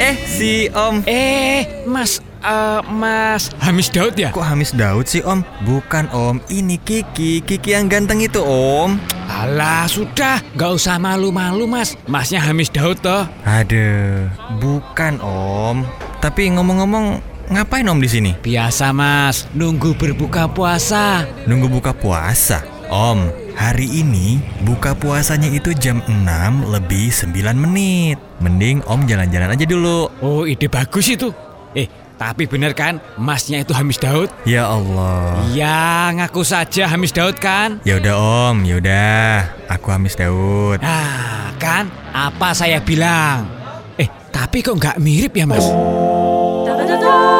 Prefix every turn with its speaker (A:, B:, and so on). A: Eh, si Om.
B: Eh, Mas, eh, Mas Hamis Daud ya?
A: Kok Hamis Daud sih, Om? Bukan, Om. Ini Kiki, Kiki yang ganteng itu, Om.
B: Alah, sudah. Nggak usah malu-malu, Mas. Masnya Hamis Daud, toh.
A: Aduh, bukan, Om. Tapi ngomong-ngomong, ngapain Om di sini?
B: Biasa, Mas. Nunggu berbuka puasa.
A: Nunggu buka puasa. Om, hari ini buka puasanya itu jam 6 lebih 9 menit. Mending Om jalan-jalan aja dulu.
B: Oh, ide bagus itu. Eh, tapi bener kan, Masnya itu Hamis Daud?
A: Ya Allah.
B: Ya, ngaku saja Hamis Daud kan?
A: Ya udah Om, ya udah. Aku Hamis Daud.
B: Nah, kan apa saya bilang? Eh, tapi kok nggak mirip ya, Mas?
C: Da-da-da-da.